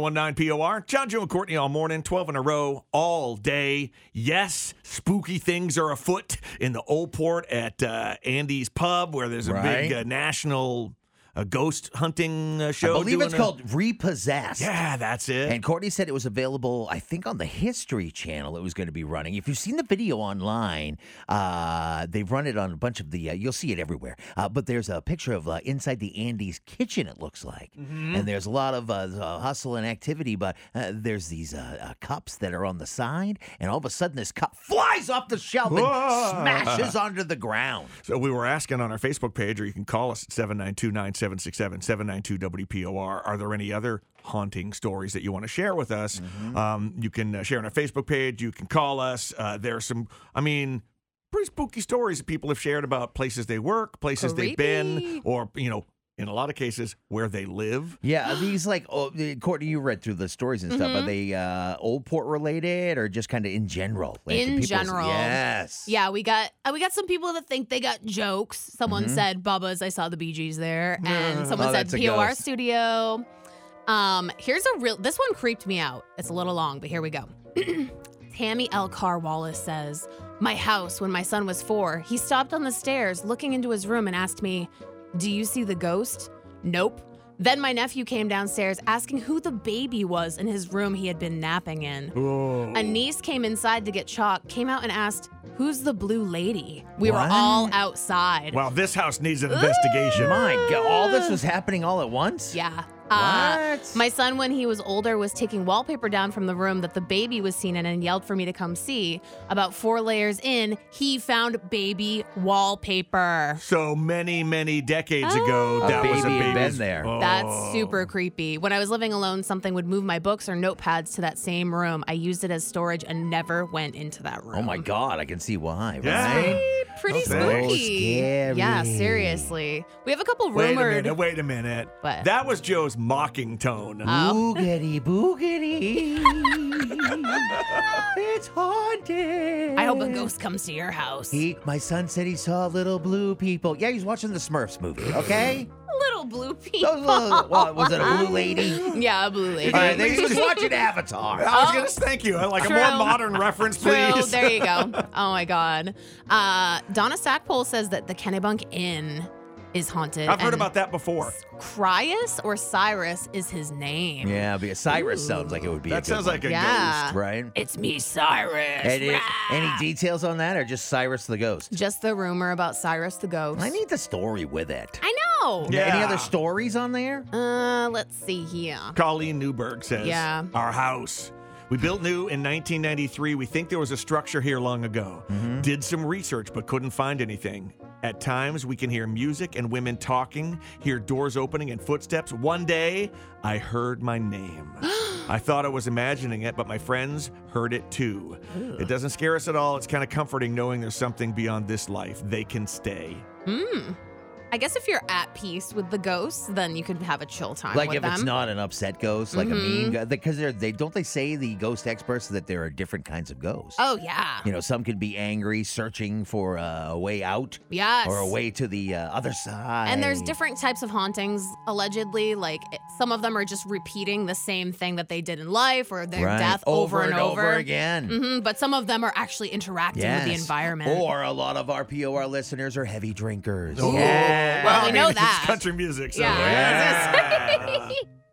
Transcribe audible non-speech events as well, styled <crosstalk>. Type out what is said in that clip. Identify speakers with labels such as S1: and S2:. S1: 1019 POR, John, Joe, and Courtney all morning, 12 in a row, all day. Yes, spooky things are afoot in the Old Port at uh, Andy's Pub, where there's a big
S2: Right.
S1: uh, national uh, ghost hunting uh, show.
S2: I believe
S1: doing
S2: it's
S1: a-
S2: called Repossessed.
S1: Yeah, that's it.
S2: And Courtney said it was available, I think, on the History Channel. It was going to be running. If you've seen the video online, uh, they've run it on a bunch of the. Uh, you'll see it everywhere. Uh, but there's a picture of uh, inside the Andes kitchen. It looks like,
S1: Mm-hmm.
S2: and there's a lot of uh, uh, hustle and activity. But uh, there's these uh, uh, cups that are on the side, and all of a sudden, this cup flies off the shelf
S1: Whoa.
S2: and smashes onto the ground.
S1: So we were asking on our Facebook page, or you can call us at 792 9767 792 WPOR. Are there any other haunting stories that you want to share with us?
S2: Mm-hmm.
S1: Um, you can uh, share on our Facebook page. You can call us. Uh, there are some, I mean, pretty spooky stories that people have shared about places they work, places they've been,
S3: Creepy.
S1: or, you know, in a lot of cases, where they live.
S2: Yeah, are
S3: <gasps>
S2: these like oh, the- Courtney, you read through the stories and stuff.
S3: Mm-hmm.
S2: Are they uh, old port related or just kind of in general? Like, do
S3: In
S2: people's-
S3: general.
S2: yes.
S3: Yeah, we got uh, we got some people that think they got jokes. Someone said Bubba's, I saw the Bee
S2: <laughs>
S3: Gees there, and
S2: Mm-hmm.
S3: someone
S2: Oh,
S3: said
S2: that's a
S3: POR
S2: ghost.
S3: Studio. Um, here's a real. This one creeped me out. It's a little long, but here we go. <clears throat> Tammy L. Carr Wallace says, "My house. When my son was four, he stopped on the stairs, looking into his room, and asked me, "Do you see the ghost?" Nope. Then my nephew came downstairs asking who the baby was in his room he had been napping in. A niece came inside to get chalk, came out and asked, Who's the blue lady? We
S2: What?
S3: were all outside.
S1: Wow, this house needs an investigation.
S2: My God, all this was happening all at once.
S3: Yeah. Uh,
S2: What?
S3: my son, when he was older, was taking wallpaper down from the room that the baby was seen in and yelled for me to come see. About four layers in, he found baby wallpaper.
S1: So many, many decades ago,
S2: A
S1: that was a
S2: baby had
S1: baby's.
S2: been there.
S1: Oh.
S3: Ah. That's super creepy. When I was living alone, something would move my books or notepads to that same room. I used it as storage and never went into that room.
S2: Oh my God, I can see why.
S1: Yeah.
S2: Right?
S3: <laughs> Pretty
S1: So
S3: spooky.
S2: scary.
S3: Yeah, seriously. We have a couple
S1: Wait
S3: rumored.
S1: a minute. Wait a minute.
S3: What? Uh,
S1: That was Joe's mocking tone.
S3: Oh.
S2: Boogity
S3: <laughs>
S2: boogity. it's haunted.
S3: I hope a ghost comes to your house.
S2: He, my son said he saw little blue people. Yeah, he's watching the Smurfs movie.
S3: <laughs>
S2: Okay.
S1: <laughs>
S3: Little blue
S2: Those
S3: people.
S2: little- well, was it a blue
S3: <laughs>
S2: lady?
S3: yeah, a blue lady.
S2: All
S3: <laughs>
S2: right, they was just watching Avatar.
S1: I was gonna thank you. I like
S3: oh. True.
S1: a more modern reference,
S3: True.
S1: please.
S3: There you go. Oh my God. Uh, Donna Stackpole says that the Kennebunk Inn is haunted.
S1: I've heard
S3: and
S1: about that before.
S3: Crius or Cyrus is his name.
S2: Yeah, but Cyrus sounds like it would be. a
S1: That
S2: good
S1: sounds
S2: one,
S1: like a
S3: Yeah.
S2: right.
S3: It's me, Cyrus.
S2: Any,
S3: Rah!
S2: any details on that, or just Cyrus the ghost?
S3: Just the rumor about Cyrus the ghost.
S2: I need the story with it.
S3: I know.
S1: Yeah.
S2: Any other stories on there?
S3: Uh, let's see here.
S1: ghost. Colleen Newberg says,
S3: Yeah.
S1: Our house. We built new in 1993. We think there was a structure here long ago. Did some research, but couldn't find anything. At times, we can hear music and women talking, hear doors opening and footsteps. One day, I heard my
S3: <gasps>
S1: name. I thought I was imagining it, but my friends heard it too. It doesn't scare us at all. It's kind of comforting knowing there's something beyond this life. They can stay.
S3: Hmm. I guess if you're at peace with the ghosts, then you could have a chill time
S2: Like
S3: with
S2: if
S3: them. Mm-hmm.
S2: it's not an upset ghost, like a mean ghost, because they're they don't they say the ghost experts that there are different kinds of ghosts.
S3: oh yeah.
S2: You know, some could be angry, searching for uh, a way out
S3: Yes.
S2: or a way to the uh, other side.
S3: And there's different types of hauntings, allegedly. Like it- some of them are just repeating the same thing that they did in life or their
S2: Right,
S3: death over,
S2: and over, again.
S3: hmm But some of them are actually interacting with the
S2: Yes.
S3: environment.
S2: Or a lot of our POR listeners are heavy drinkers.
S1: Oh,
S3: Well, we
S1: I mean,
S3: know
S1: it's
S3: that. <laughs>
S1: country music. So
S3: Yeah, I was gonna
S1: yeah.